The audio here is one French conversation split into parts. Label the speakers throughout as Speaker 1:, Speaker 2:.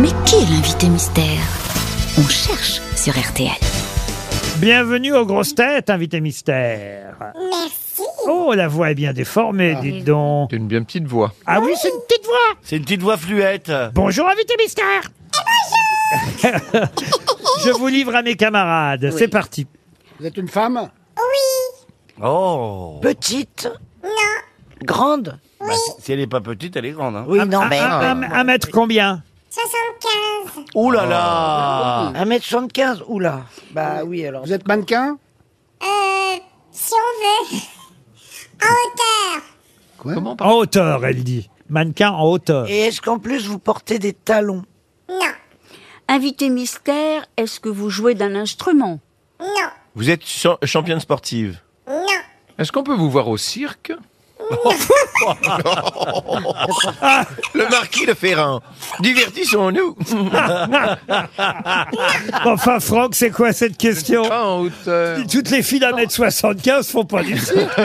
Speaker 1: Mais qui est l'invité mystère On cherche sur RTL.
Speaker 2: Bienvenue aux grosses têtes, invité mystère.
Speaker 3: Merci.
Speaker 2: Oh, la voix est bien
Speaker 4: Ah.
Speaker 2: déformée, dites donc.
Speaker 5: T'as une bien petite voix.
Speaker 2: Ah oui, c'est une petite voix.
Speaker 6: C'est une petite voix fluette.
Speaker 2: Bonjour, invité mystère. Je vous livre à mes camarades. C'est parti.
Speaker 7: Vous êtes une femme
Speaker 6: Oh
Speaker 4: Petite Grande
Speaker 6: Bah, si- Si elle est pas petite, elle est grande. Hein.
Speaker 4: Oui, non, mais.
Speaker 2: Un, un- un mètre combien
Speaker 3: 75.
Speaker 6: Ouh là
Speaker 8: Ah.
Speaker 6: là
Speaker 4: 1m75, oula. Bah oui, alors.
Speaker 7: Vous êtes mannequin
Speaker 3: Euh, si on veut. En hauteur.
Speaker 5: Comment
Speaker 2: En hauteur, elle dit. Mannequin en hauteur.
Speaker 4: Et est-ce qu'en plus vous portez des talons
Speaker 3: Non.
Speaker 9: Invité mystère, est-ce que vous jouez d'un instrument
Speaker 3: Non.
Speaker 10: Vous êtes cha- championne sportive.
Speaker 3: Non.
Speaker 5: Est-ce qu'on peut vous voir au cirque
Speaker 10: Le marquis de Ferrand. Divertissons-nous.
Speaker 2: Enfin, Franck, c'est quoi cette question
Speaker 5: Pas en hauteur.
Speaker 2: Toutes les filles d'un mètre 75 font pas du cirque.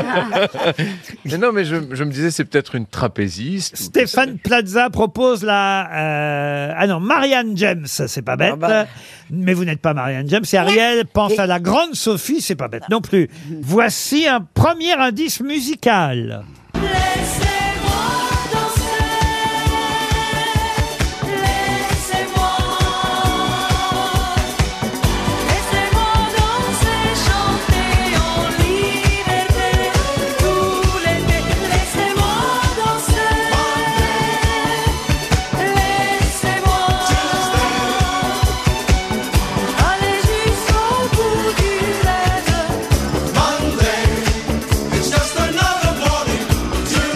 Speaker 5: Mais non, mais je, je me disais, c'est peut-être une trapéziste.
Speaker 2: Stéphane Plaza propose la... euh, ah non, Marianne James, c'est pas bête.
Speaker 4: Ah bah.
Speaker 2: Mais vous n'êtes pas Marianne James. Et Ariel pense à la grande Sophie, c'est pas bête non plus. Voici un premier indice musical.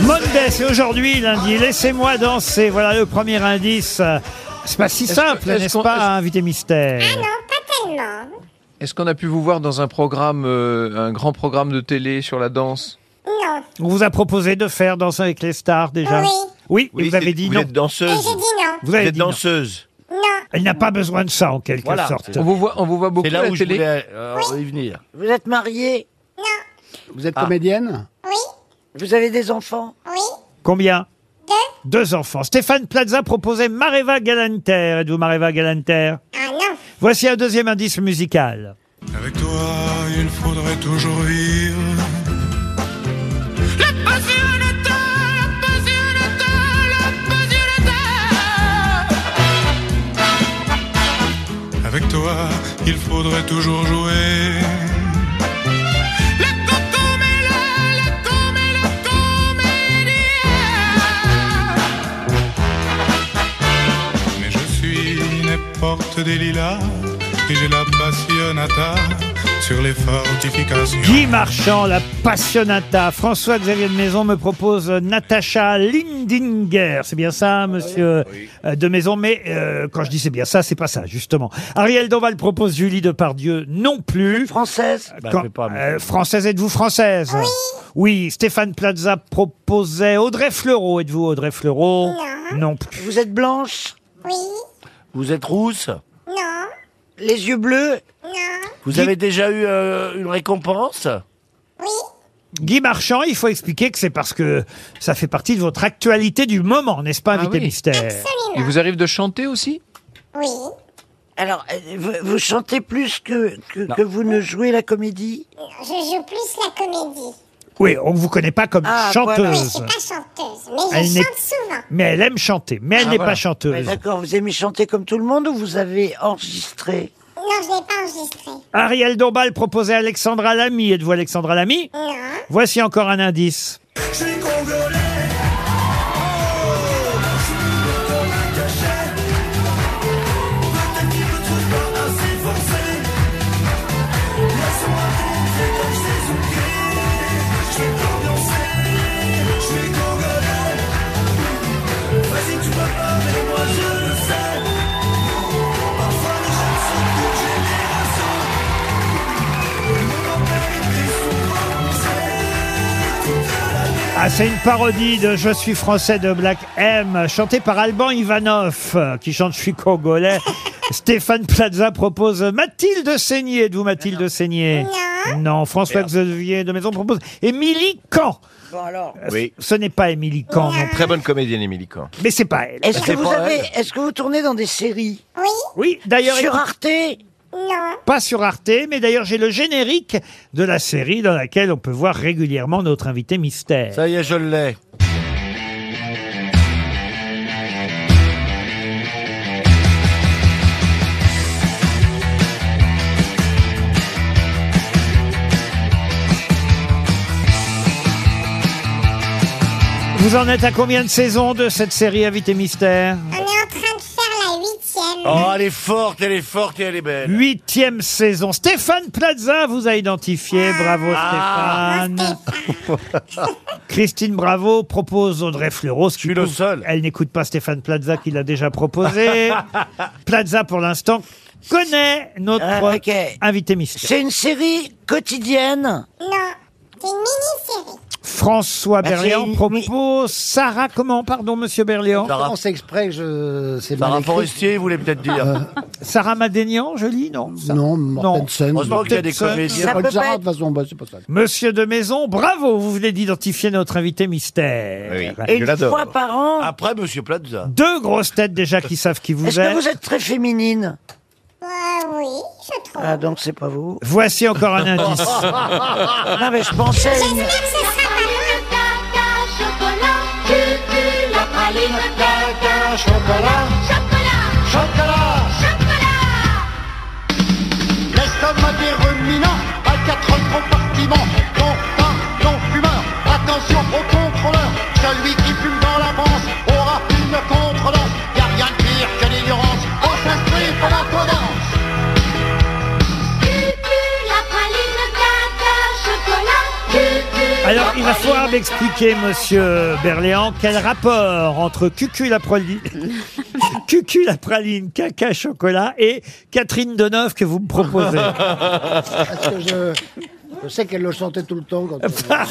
Speaker 2: Monday, c'est aujourd'hui, lundi. Laissez-moi danser. Voilà le premier indice. C'est pas si simple,
Speaker 5: est-ce
Speaker 2: n'est-ce
Speaker 5: qu'on- est-ce-
Speaker 2: pas, hein, invité mystère
Speaker 3: Ah non, pas tellement.
Speaker 5: Est-ce qu'on a pu vous voir dans un programme, euh, un grand programme de télé sur la danse
Speaker 3: Non.
Speaker 2: On vous a proposé de faire danser avec les stars déjà
Speaker 3: Oui.
Speaker 2: Oui, et
Speaker 10: Oui,
Speaker 2: vous avez
Speaker 10: c'est-
Speaker 2: dit
Speaker 10: vous
Speaker 2: non.
Speaker 10: êtes
Speaker 3: Et
Speaker 10: danseuse.
Speaker 3: j'ai dit non.
Speaker 2: Vous
Speaker 10: Vous
Speaker 2: avez
Speaker 10: êtes
Speaker 2: dit non.
Speaker 10: danseuse.
Speaker 3: Non.
Speaker 2: Elle n'a pas besoin de ça en quelque
Speaker 6: Voilà.
Speaker 2: sorte.
Speaker 5: on vous, voit, on vous voit beaucoup
Speaker 6: C'est
Speaker 5: à
Speaker 6: là
Speaker 5: la
Speaker 6: où je
Speaker 5: télé.
Speaker 6: voulais euh, y venir.
Speaker 4: Vous êtes marié
Speaker 3: Non.
Speaker 7: Vous
Speaker 4: Ah.
Speaker 7: êtes comédienne
Speaker 3: Oui.
Speaker 4: Vous avez des enfants
Speaker 3: Oui.
Speaker 2: Combien
Speaker 3: Deux.
Speaker 2: Deux enfants. Stéphane Plaza proposait Mareva Galanter. Êtes-vous Mareva Galanter
Speaker 3: Ah non.
Speaker 2: Voici un deuxième indice musical.
Speaker 11: Avec toi, il faudrait toujours vivre. Avec toi, il faudrait toujours jouer. Mais je suis une porte des lilas et j'ai la passionnata sur les fortifications.
Speaker 2: Guy Marchand, la passionnata. François-Xavier de Maison me propose euh, Natacha Lindinger. C'est bien ça, monsieur euh, de Maison. Mais euh, quand je dis c'est bien ça, c'est pas ça, justement. Ariel Dombal propose Julie Depardieu non plus.
Speaker 4: Françaises
Speaker 6: Bah,
Speaker 2: Quand-
Speaker 6: je sais pas, mais-
Speaker 2: euh, française, êtes-vous française oui. Stéphane Plaza proposait Audrey Fleurot. Êtes-vous Audrey Fleurot
Speaker 3: Non.
Speaker 2: plus.
Speaker 4: Vous êtes blanche
Speaker 3: Oui.
Speaker 6: Vous êtes rousse
Speaker 3: Non.
Speaker 4: Les yeux bleus
Speaker 3: Non.
Speaker 6: Vous avez déjà eu euh, une récompense
Speaker 3: Oui.
Speaker 2: Guy Marchand, il faut expliquer que c'est parce que ça fait partie de votre actualité du moment, n'est-ce pas,
Speaker 5: Ah
Speaker 2: invité
Speaker 5: oui.
Speaker 2: mystère
Speaker 5: Il
Speaker 3: Absolument.
Speaker 5: vous arrive de chanter aussi
Speaker 3: Oui.
Speaker 4: Alors, euh, vous, vous chantez plus que, que,
Speaker 6: Non.
Speaker 4: que vous ne jouez la comédie
Speaker 3: Je joue plus la comédie.
Speaker 2: Oui, on ne vous connaît pas comme
Speaker 4: Ah,
Speaker 3: Oui,
Speaker 2: chanteuse.
Speaker 3: je suis pas chanteuse, mais
Speaker 2: Elle
Speaker 3: je
Speaker 2: n'est-
Speaker 3: chante souvent.
Speaker 2: Mais elle aime chanter, mais elle
Speaker 5: Ah,
Speaker 2: n'est pas
Speaker 5: voilà.
Speaker 4: Ouais,
Speaker 2: chanteuse.
Speaker 4: D'accord, vous aimez chanter comme tout le monde ou vous avez enregistré
Speaker 3: Non, je l'ai pas enregistré.
Speaker 2: Ariel Dombal proposait Alexandra Lamy. Êtes-vous Alexandra Lamy
Speaker 3: Non.
Speaker 2: Voici encore un indice.
Speaker 11: Je suis congolais. Oh, je suis dans la cachette. Peut-être qu'ils me trouvent pas assez forcé. Laisse-moi danser comme Jésus-Christ. Je suis ambiancé. Je suis congolais. Vas-y, tu peux pas, mais moi je le sais. Parfois, les jeunes sont d'une génération. Mon grand-père était souvent français.
Speaker 2: Ah, c'est une parodie de Je suis français de Black M, chantée par Alban Ivanov, euh, qui chante Je suis congolais. Stéphane Plaza propose Mathilde Seigné. Êtes-vous Mathilde Seigné
Speaker 3: Non.
Speaker 2: Non. François Xavier de Maison propose Émilie Kahn.
Speaker 4: Bon alors,
Speaker 10: Oui.
Speaker 2: Ce n'est pas Émilie Kahn non plus.
Speaker 10: Très bonne comédienne, Émilie Kahn.
Speaker 2: Mais c'est pas elle.
Speaker 4: est-ce que,
Speaker 10: C'est
Speaker 4: vous
Speaker 10: pas
Speaker 4: avez,
Speaker 10: elle.
Speaker 4: est-ce que vous tournez dans des séries
Speaker 3: Oui,
Speaker 2: Oui, d'ailleurs,
Speaker 4: Sur Arte
Speaker 3: non.
Speaker 2: pas sur Arte, mais d'ailleurs, j'ai le générique de la série dans laquelle on peut voir régulièrement notre invité mystère.
Speaker 6: Ça y est, je l'ai.
Speaker 2: Vous en êtes à combien de saisons de cette série Invité Mystère
Speaker 3: On est en train de faire la huitième.
Speaker 6: Oh, elle est forte, elle est forte et elle est belle.
Speaker 2: Huitième saison. Stéphane Plaza vous a identifié.
Speaker 4: Ah.
Speaker 2: Bravo Stéphane. Christine Bravo propose Audrey Fleurot. Je
Speaker 6: suis le seul.
Speaker 2: Elle n'écoute pas Stéphane Plaza qui l'a déjà proposé. Plaza, pour l'instant, connaît notre
Speaker 4: Ah, ok.
Speaker 2: invité mystère.
Speaker 4: C'est une série quotidienne
Speaker 3: Non, c'est une mini-série.
Speaker 2: François
Speaker 4: Bah,
Speaker 2: Berléand
Speaker 4: c'est-
Speaker 2: propose Sarah. Comment, pardon, monsieur Berléand
Speaker 6: Sarah,
Speaker 7: On s'exprès que je... c'est mal
Speaker 6: Sarah
Speaker 7: écrit.
Speaker 6: Forestier, vous voulez peut-être dire.
Speaker 2: Sarah Madénian, je lis, non Sarah-
Speaker 7: Non, Mortensen.
Speaker 6: Heureusement qu'il y a des
Speaker 2: peut-être ça.
Speaker 6: comédiens.
Speaker 4: Ça
Speaker 7: Paul
Speaker 4: peut
Speaker 7: Jarrat,
Speaker 4: pas
Speaker 7: de toute façon, bah, c'est pas ça.
Speaker 2: Monsieur de Maison, bravo, vous venez d'identifier notre invité mystère.
Speaker 10: Oui.
Speaker 4: et
Speaker 10: Je
Speaker 4: une
Speaker 10: l'adore.
Speaker 4: fois par an
Speaker 6: Après, Monsieur Plaza.
Speaker 2: Deux grosses têtes déjà qui savent qui vous
Speaker 4: Est-ce
Speaker 2: êtes.
Speaker 4: que vous êtes très féminine
Speaker 3: Bah oui, je trouve.
Speaker 4: Ah donc c'est pas vous.
Speaker 2: Voici encore un indice.
Speaker 4: Non mais je pensais à une-
Speaker 3: J'espère que ce sera pas moi.
Speaker 6: Oh,
Speaker 2: Alors, il va falloir m'expliquer, monsieur Berléand, quel rapport entre Cucu la praline, Cucu la praline, caca chocolat et Catherine Deneuve que vous me proposez.
Speaker 7: Parce que je... je sais qu'elle le chantait tout le temps. Quand...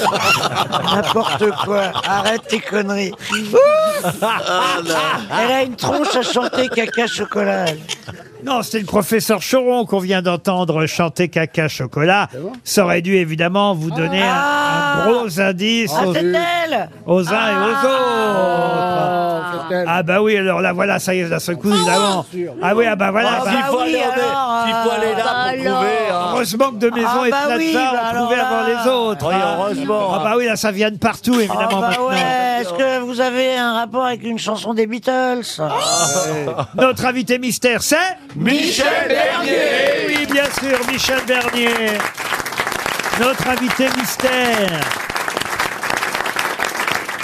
Speaker 4: N'importe quoi. Arrête tes conneries. Ouh Elle a une tronche à chanter caca chocolat. elle.
Speaker 2: Non, c'est le professeur Choron qu'on vient d'entendre chanter caca chocolat. Ça aurait dû évidemment vous donner un,
Speaker 8: Ah,
Speaker 2: un gros indice
Speaker 4: Ah,
Speaker 2: aux,
Speaker 4: c'est elle
Speaker 2: aux uns et aux autres.
Speaker 7: Oh, c'est elle.
Speaker 2: Ah bah oui, alors là voilà, ça y est, d'un seul coup, évidemment.
Speaker 7: sûr.
Speaker 2: Ah oui, ah bah voilà.
Speaker 6: Ah,
Speaker 2: bah-
Speaker 6: s'il faut
Speaker 4: oui,
Speaker 6: aller en-
Speaker 4: alors,
Speaker 6: s'il faut aller
Speaker 9: bah
Speaker 6: là pour
Speaker 9: alors.
Speaker 6: trouver. hein.
Speaker 2: Heureusement que de maison
Speaker 4: Ah
Speaker 2: et
Speaker 4: bah
Speaker 2: Plaza
Speaker 4: oui, bah
Speaker 2: ont trouvé
Speaker 4: alors
Speaker 2: avant
Speaker 4: là.
Speaker 2: les autres.
Speaker 6: Oui,
Speaker 2: hein.
Speaker 6: heureusement,
Speaker 2: Ah
Speaker 6: hein.
Speaker 2: bah oui, là, ça vient de partout,
Speaker 4: Ah
Speaker 2: évidemment,
Speaker 4: bah
Speaker 2: maintenant.
Speaker 4: ouais, est-ce que vous avez un rapport avec une chanson des Beatles
Speaker 8: Ah,
Speaker 2: Notre invité mystère, c'est
Speaker 6: Michel Bernier
Speaker 2: Oui, bien sûr, Michel Bernier. Notre invité mystère.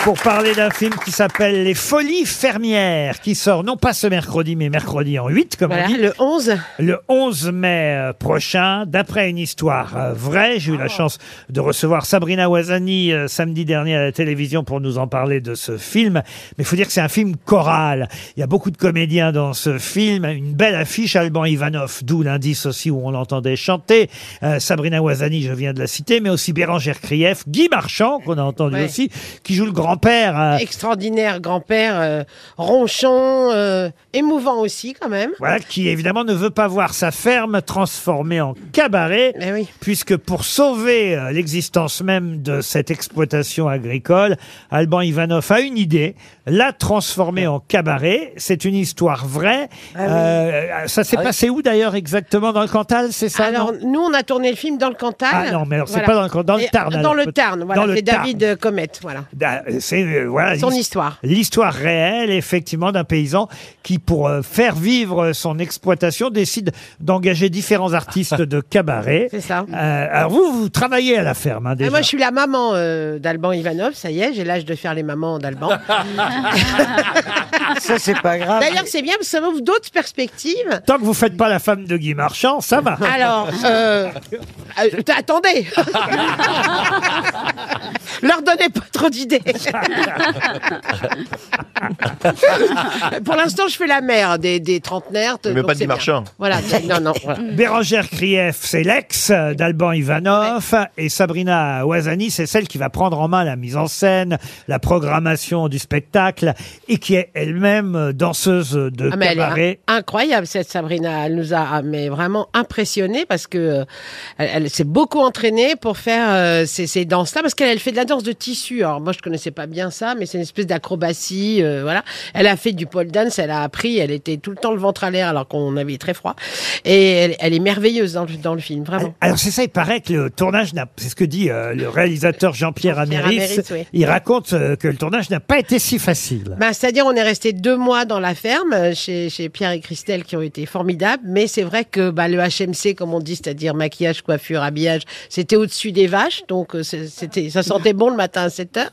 Speaker 2: Pour parler d'un film qui s'appelle Les Folies fermières, qui sort non pas ce mercredi, mais mercredi en 8, comme on dit.
Speaker 8: le 11.
Speaker 2: le 11 mai euh, prochain, d'après une histoire euh, vraie. J'ai eu la chance de recevoir Sabrina Ouazani euh, samedi dernier à la télévision pour nous en parler de ce film. Mais il faut dire que c'est un film choral. Il y a beaucoup de comédiens dans ce film. Une belle affiche, Alban Ivanov, d'où l'indice aussi où on l'entendait chanter. Euh, Sabrina Ouazani, je viens de la citer, mais aussi Bérangère Krief, Guy Marchand, qu'on a entendu
Speaker 8: Ouais.
Speaker 2: aussi, qui joue le grand-père. euh,
Speaker 8: Extraordinaire grand-père, euh, ronchon, euh, émouvant aussi quand même.
Speaker 2: Voilà, qui évidemment ne veut pas voir sa ferme transformée en cabaret,
Speaker 8: Eh oui.
Speaker 2: puisque pour sauver euh, l'existence même de cette exploitation agricole, Alban Ivanov a une idée, la transformer en cabaret. C'est une histoire vraie.
Speaker 8: Ah
Speaker 2: Euh, ça s'est passé où d'ailleurs exactement dans le Cantal, c'est
Speaker 4: Ah,
Speaker 2: ça
Speaker 8: alors,
Speaker 2: non
Speaker 8: nous, on a tourné le film dans le Cantal.
Speaker 2: Ah non, mais alors, c'est pas dans le Cantal, dans le
Speaker 8: Et-
Speaker 2: Tarn,
Speaker 8: Dans
Speaker 2: alors,
Speaker 8: le
Speaker 2: peut-
Speaker 8: Tarn, voilà.
Speaker 2: dans le
Speaker 8: c'est
Speaker 2: Tarn.
Speaker 8: David euh, Comet, voilà.
Speaker 2: Bah, euh, C'est euh, voilà
Speaker 8: Son
Speaker 2: l'his-
Speaker 8: histoire.
Speaker 2: L'histoire réelle, effectivement, d'un paysan qui, pour euh, faire vivre son exploitation, décide d'engager différents artistes de cabaret.
Speaker 8: C'est ça.
Speaker 2: Euh, alors vous, vous travaillez à la ferme, hein,
Speaker 8: Ah,
Speaker 2: déjà.
Speaker 8: moi, je suis la maman euh, d'Alban Ivanov, ça y est, j'ai l'âge de faire les mamans d'Alban.
Speaker 4: Ça c'est pas grave.
Speaker 8: D'ailleurs, c'est bien parce que ça m'ouvre d'autres perspectives.
Speaker 2: Tant que vous faites pas la femme de Guy Marchand, ça va.
Speaker 8: Alors, euh, euh, t- attendez. Leur donnez pas trop d'idées. Pour l'instant, je fais la mère des, des trentenaires. t-
Speaker 10: Mais
Speaker 8: donc
Speaker 10: pas de
Speaker 8: c'est
Speaker 10: Guy
Speaker 8: bien.
Speaker 10: Marchand.
Speaker 8: Voilà, t- non, non. voilà.
Speaker 2: Bérangère Krief, c'est l'ex euh, d'Alban Ivanov. Et Sabrina Ouazani, c'est celle qui va prendre en main la mise en scène, la programmation du spectacle, et qui est elle-même euh, danseuse de
Speaker 8: Ah, mais elle est
Speaker 2: cabaret.
Speaker 8: in- incroyable cette Sabrina, elle nous a ah, mais vraiment impressionnés parce que euh, elle, elle s'est beaucoup entraînée pour faire euh, ces, ces danses-là parce qu'elle elle fait de la danse de tissu. Alors moi, je connaissais pas bien ça, mais c'est une espèce d'acrobatie. euh, voilà. Elle a fait du pole dance, elle a appris, elle était tout le temps le ventre à l'air alors qu'on avait très froid. Et elle, elle est merveilleuse dans le, dans le film, vraiment.
Speaker 2: Alors c'est ça, il paraît que le tournage n'a, c'est ce que dit euh, le réalisateur Jean-Pierre
Speaker 8: Jean-Pierre
Speaker 2: Améris,
Speaker 8: Améris, oui.
Speaker 2: il raconte euh, que le tournage n'a pas été si facile.
Speaker 8: Bah, C'est-à-dire, on est resté deux mois dans la ferme euh, chez, chez Pierre et Christelle qui ont été formidables, mais c'est vrai que bah, le HMC, comme on dit, c'est-à-dire maquillage, coiffure, habillage, c'était au-dessus des vaches, donc euh, c'est- c'était, ça sentait bon le matin à 7 heures.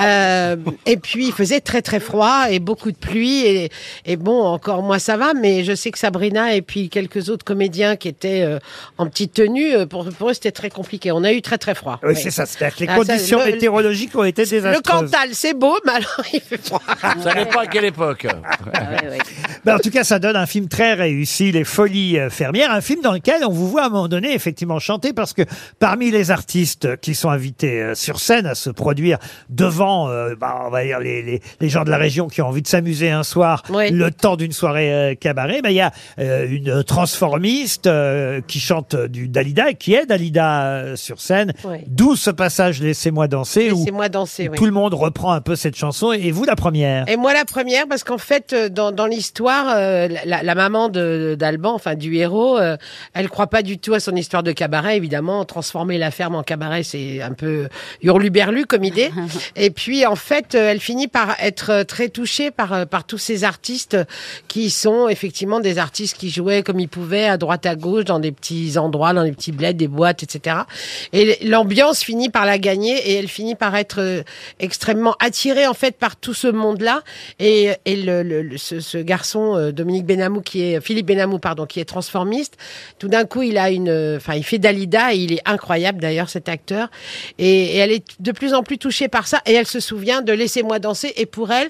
Speaker 8: Euh, et puis, il faisait très très froid et beaucoup de pluie. Et, et bon, encore moi ça va, mais je sais que Sabrina et puis quelques autres comédiens qui étaient euh, en petite tenue, euh, pour, pour eux c'était très compliqué. On a eu très très froid.
Speaker 2: Oui, c'est ça, c'est-à-dire que les
Speaker 8: Ah, ça,
Speaker 2: conditions
Speaker 8: le-
Speaker 2: météorologiques ont été
Speaker 8: Le
Speaker 2: désastreuses.
Speaker 8: Cantal, c'est beau, mais alors il fait froid.
Speaker 6: Ça n'est pas à quelle époque.
Speaker 2: Ben, en tout cas, ça donne un film très réussi, Les Folies euh, fermières, un film dans lequel on vous voit à un moment donné effectivement chanter parce que parmi les artistes qui sont invités euh, sur scène à se produire devant, euh, bah, on va dire, les, les- les gens de la région qui ont envie de s'amuser un soir, le temps d'une soirée euh, cabaret, ben, il y a euh, une transformiste euh, qui chante du Dalida et qui est Dalida euh, sur scène,
Speaker 8: Ouais.
Speaker 2: d'où ce passage Laissez-moi danser où
Speaker 8: Laissez-moi danser. oui.
Speaker 2: tout le monde reprend un peu cette chanson et vous la première.
Speaker 8: Et moi la première parce qu'en fait euh, dans, dans l'histoire euh, la- la, la maman de d'Alban enfin du héros euh, elle croit pas du tout à son histoire de cabaret évidemment transformer la ferme en cabaret c'est un peu hurluberlu comme idée et puis en fait euh, elle finit par être euh, très touchée par euh, par tous ces artistes qui sont effectivement des artistes qui jouaient comme ils pouvaient à droite à gauche dans des petits endroits dans des petits bleds des boîtes etc et l'ambiance finit par la gagner et elle finit par être euh, extrêmement attirée en fait par tout ce monde-là. Et, et le, le- le- ce, ce garçon euh, Dominique Benamou qui est Philippe Benamou pardon qui est transformiste, tout d'un coup il a une, euh, enfin il fait Dalida et il est incroyable d'ailleurs cet acteur. Et, et elle est de plus en plus touchée par ça et elle se souvient de Laissez-moi danser et pour elle.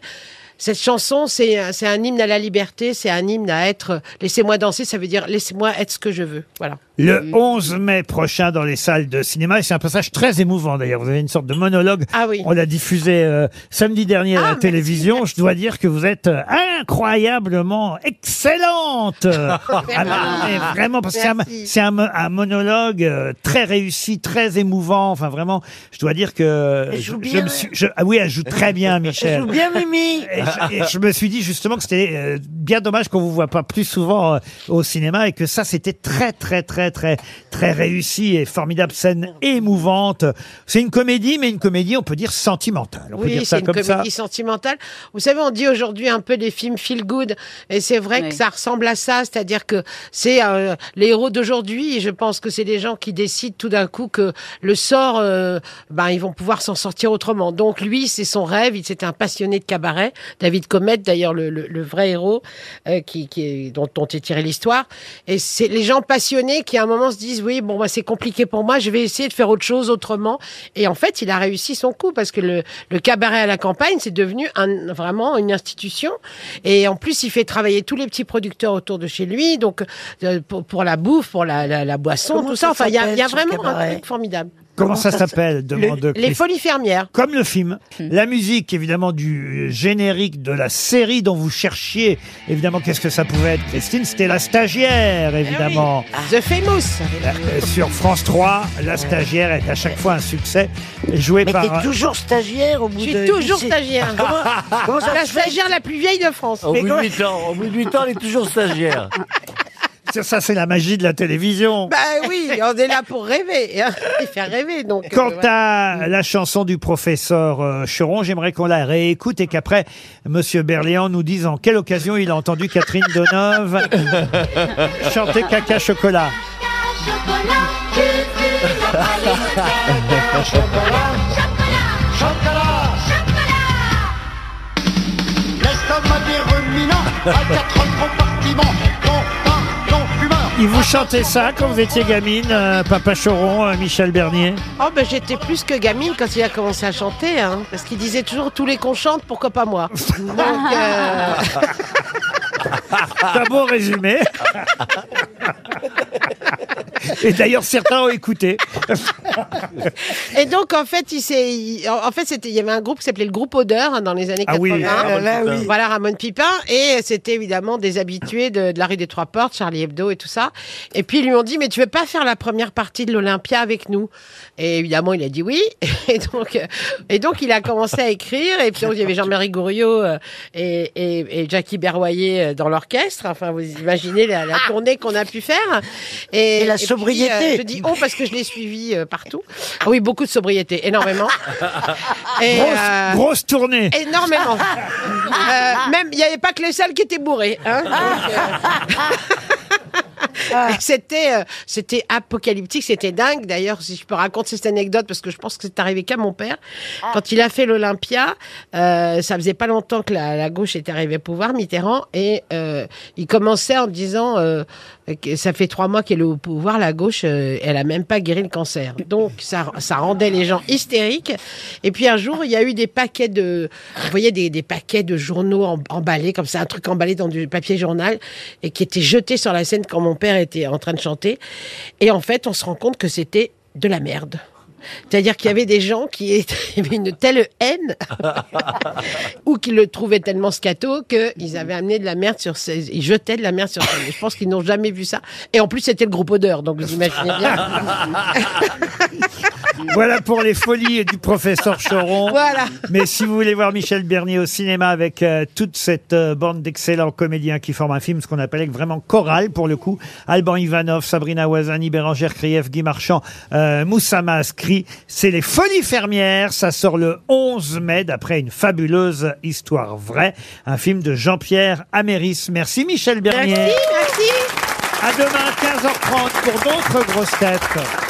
Speaker 8: Cette chanson, c'est un- c'est un hymne à la liberté, c'est un hymne à être. euh, Laissez-moi danser, ça veut dire laissez-moi être ce que je veux. Voilà.
Speaker 2: Le
Speaker 4: Mhm.
Speaker 2: 11 mai prochain dans les salles de cinéma, et c'est un passage très émouvant d'ailleurs. Vous avez une sorte de monologue.
Speaker 8: Ah
Speaker 2: On l'a diffusé euh, samedi dernier à
Speaker 4: Ah,
Speaker 2: la télévision. Je dois dire que vous êtes euh, incroyablement excellente. Ah, mais vraiment, parce que c'est un, c'est un mo- un monologue euh, très réussi, très émouvant. Enfin, vraiment, je dois dire que
Speaker 4: Elle joue
Speaker 2: je- je
Speaker 4: bien.
Speaker 2: me suis- je- ah oui, elle joue très bien, Michel.
Speaker 4: Elle joue bien, Mimi.
Speaker 2: Et je, et je me suis dit justement que c'était euh, bien dommage qu'on vous voit pas plus souvent euh, au cinéma et que ça c'était très très très très très réussi et formidable scène émouvante. C'est une comédie mais une comédie on peut dire sentimentale. On peut
Speaker 8: Oui,
Speaker 2: dire ça
Speaker 8: c'est une
Speaker 2: comme ça.
Speaker 8: comédie sentimentale. Vous savez, on dit aujourd'hui un peu des films feel good, et c'est vrai que ça ressemble à ça, c'est-à-dire que c'est euh, les héros d'aujourd'hui. et Je pense que c'est des gens qui décident tout d'un coup que le sort, euh, ben ils vont pouvoir s'en sortir autrement. Donc lui, c'est son rêve. Il c'était un passionné de cabaret. David Comet, d'ailleurs le, le- le vrai héros euh, qui, qui est- dont dont est tirée l'histoire. Et c'est les gens passionnés qui à un moment se disent oui bon bah c'est compliqué pour moi, je vais essayer de faire autre chose autrement. Et en fait, il a réussi son coup parce que le, le cabaret à la campagne, c'est devenu un, vraiment une institution. Et en plus, il fait travailler tous les petits producteurs autour de chez lui, donc euh, pour, pour la bouffe, pour la, la, la boisson,
Speaker 4: Comment
Speaker 8: tout
Speaker 4: ça
Speaker 8: ça. Enfin, il y a, il y a
Speaker 4: s'appelle, ce
Speaker 8: vraiment un
Speaker 4: cabaret
Speaker 8: truc formidable.
Speaker 2: Comment ça s'appelle demande
Speaker 8: Les- Hmm. Les
Speaker 2: Christine.
Speaker 8: folies fermières.
Speaker 2: Comme le film, la musique évidemment du euh, générique de la série dont vous cherchiez évidemment qu'est-ce que ça pouvait être Christine, c'était la stagiaire
Speaker 8: Eh
Speaker 2: évidemment.
Speaker 4: Ah.
Speaker 8: The Famous.
Speaker 2: Euh, Sur France 3, la stagiaire est à chaque fois un succès joué
Speaker 4: Mais
Speaker 2: par
Speaker 6: euh,
Speaker 4: t'es toujours stagiaire au bout
Speaker 8: Je
Speaker 4: de...
Speaker 8: suis toujours stagiaire.
Speaker 4: Comment- comment ça
Speaker 8: la
Speaker 4: se fait
Speaker 8: stagiaire la plus vieille de France.
Speaker 6: Au
Speaker 8: Mais
Speaker 6: bout de
Speaker 8: comment-
Speaker 6: 8 ans, au bout de 8 ans, elle est toujours stagiaire.
Speaker 2: Ça, ça, c'est la magie de la télévision.
Speaker 8: Bah oui, on est là pour rêver, hein, et faire rêver. Donc, euh,
Speaker 2: Quant
Speaker 8: voilà.
Speaker 2: à la chanson du professeur euh, Cheron, j'aimerais qu'on la réécoute et qu'après, Monsieur Berléand nous dise en quelle occasion il a entendu Catherine Deneuve chanter Caca Chocolat.
Speaker 11: L'estomac des ruminants a quatre compartiments, dont un non fumeur.
Speaker 2: Il vous chantait ça quand vous étiez gamine, euh, Papa Choron, euh, Michel Bernier
Speaker 8: Oh ben j'étais plus que gamine quand il a commencé à chanter, hein, parce qu'il disait toujours tous les qu'on chante, pourquoi pas moi. Donc, euh,
Speaker 2: T'as beau résumé. Et d'ailleurs, certains ont écouté.
Speaker 8: Et donc, en fait, il s'est, il- en en fait, c'était, il y avait un groupe qui s'appelait le groupe Odeur hein, dans les années
Speaker 2: Ah oui,
Speaker 8: 80.
Speaker 2: ah là là, oui.
Speaker 8: Voilà, Ramon Pipin. Et c'était évidemment des habitués de, de la rue des Trois Portes, Charlie Hebdo et tout ça. Et puis, ils lui ont dit, mais tu veux pas faire la première partie de l'Olympia avec nous? Et évidemment, il a dit oui. Et donc, euh, et donc, il a commencé à écrire. Et puis, il y avait Jean-Marie Gouriot euh, et, et, et Jackie Berroyer euh, dans l'orchestre. Enfin, vous imaginez la, la tournée qu'on a pu faire. Et,
Speaker 4: Et la
Speaker 8: puis,
Speaker 4: sobriété.
Speaker 8: euh, je dis oh parce que je l'ai suivi euh, partout. Ah Oui, beaucoup de sobriété, énormément. Et,
Speaker 2: grosse,
Speaker 8: euh,
Speaker 2: grosse tournée.
Speaker 8: Énormément. Euh, même, il n'y avait pas que les salles qui étaient bourrées. hein. Donc, euh, C'était euh, c'était apocalyptique, c'était dingue. D'ailleurs, si je peux raconter cette anecdote, parce que je pense que c'est arrivé qu'à mon père. Quand il a fait l'Olympia, euh, ça faisait pas longtemps que la, la gauche était arrivée au pouvoir, Mitterrand, et euh, il commençait en disant euh, que ça fait trois mois qu'elle est au pouvoir, la gauche, euh, elle a même pas guéri le cancer. Donc ça, ça rendait les gens hystériques. Et puis un jour, il y a eu des paquets de, vous voyez, des, des paquets de journaux em- emballés comme ça, un truc emballé dans du papier journal et qui était jeté sur la scène quand mon père était en train de chanter. Et en fait, on se rend compte que c'était de la merde. C'est-à-dire qu'il y avait des gens qui étaient- avaient une telle haine ou qu'ils le trouvaient tellement scato qu'ils avaient amené de la merde sur scène. Ils jetaient de la merde sur scène. Et Je pense qu'ils n'ont jamais vu ça. Et en plus, c'était le groupe Odeur, donc vous imaginez bien.
Speaker 2: Voilà pour les folies du professeur Choron.
Speaker 8: Voilà.
Speaker 2: Mais si vous voulez voir Michel Bernier au cinéma avec euh, toute cette euh, bande d'excellents comédiens qui forment un film, ce qu'on appelait vraiment choral pour le coup, Alban Ivanov, Sabrina Ouazani, Bérangère Krief, Guy Marchand, euh, Moussa Maskri, c'est les folies fermières. Ça sort le 11 mai d'après une fabuleuse histoire vraie, un film de Jean-Pierre Améris. Merci Michel Bernier.
Speaker 8: Merci, merci.
Speaker 2: À demain 15h30 pour d'autres grosses têtes.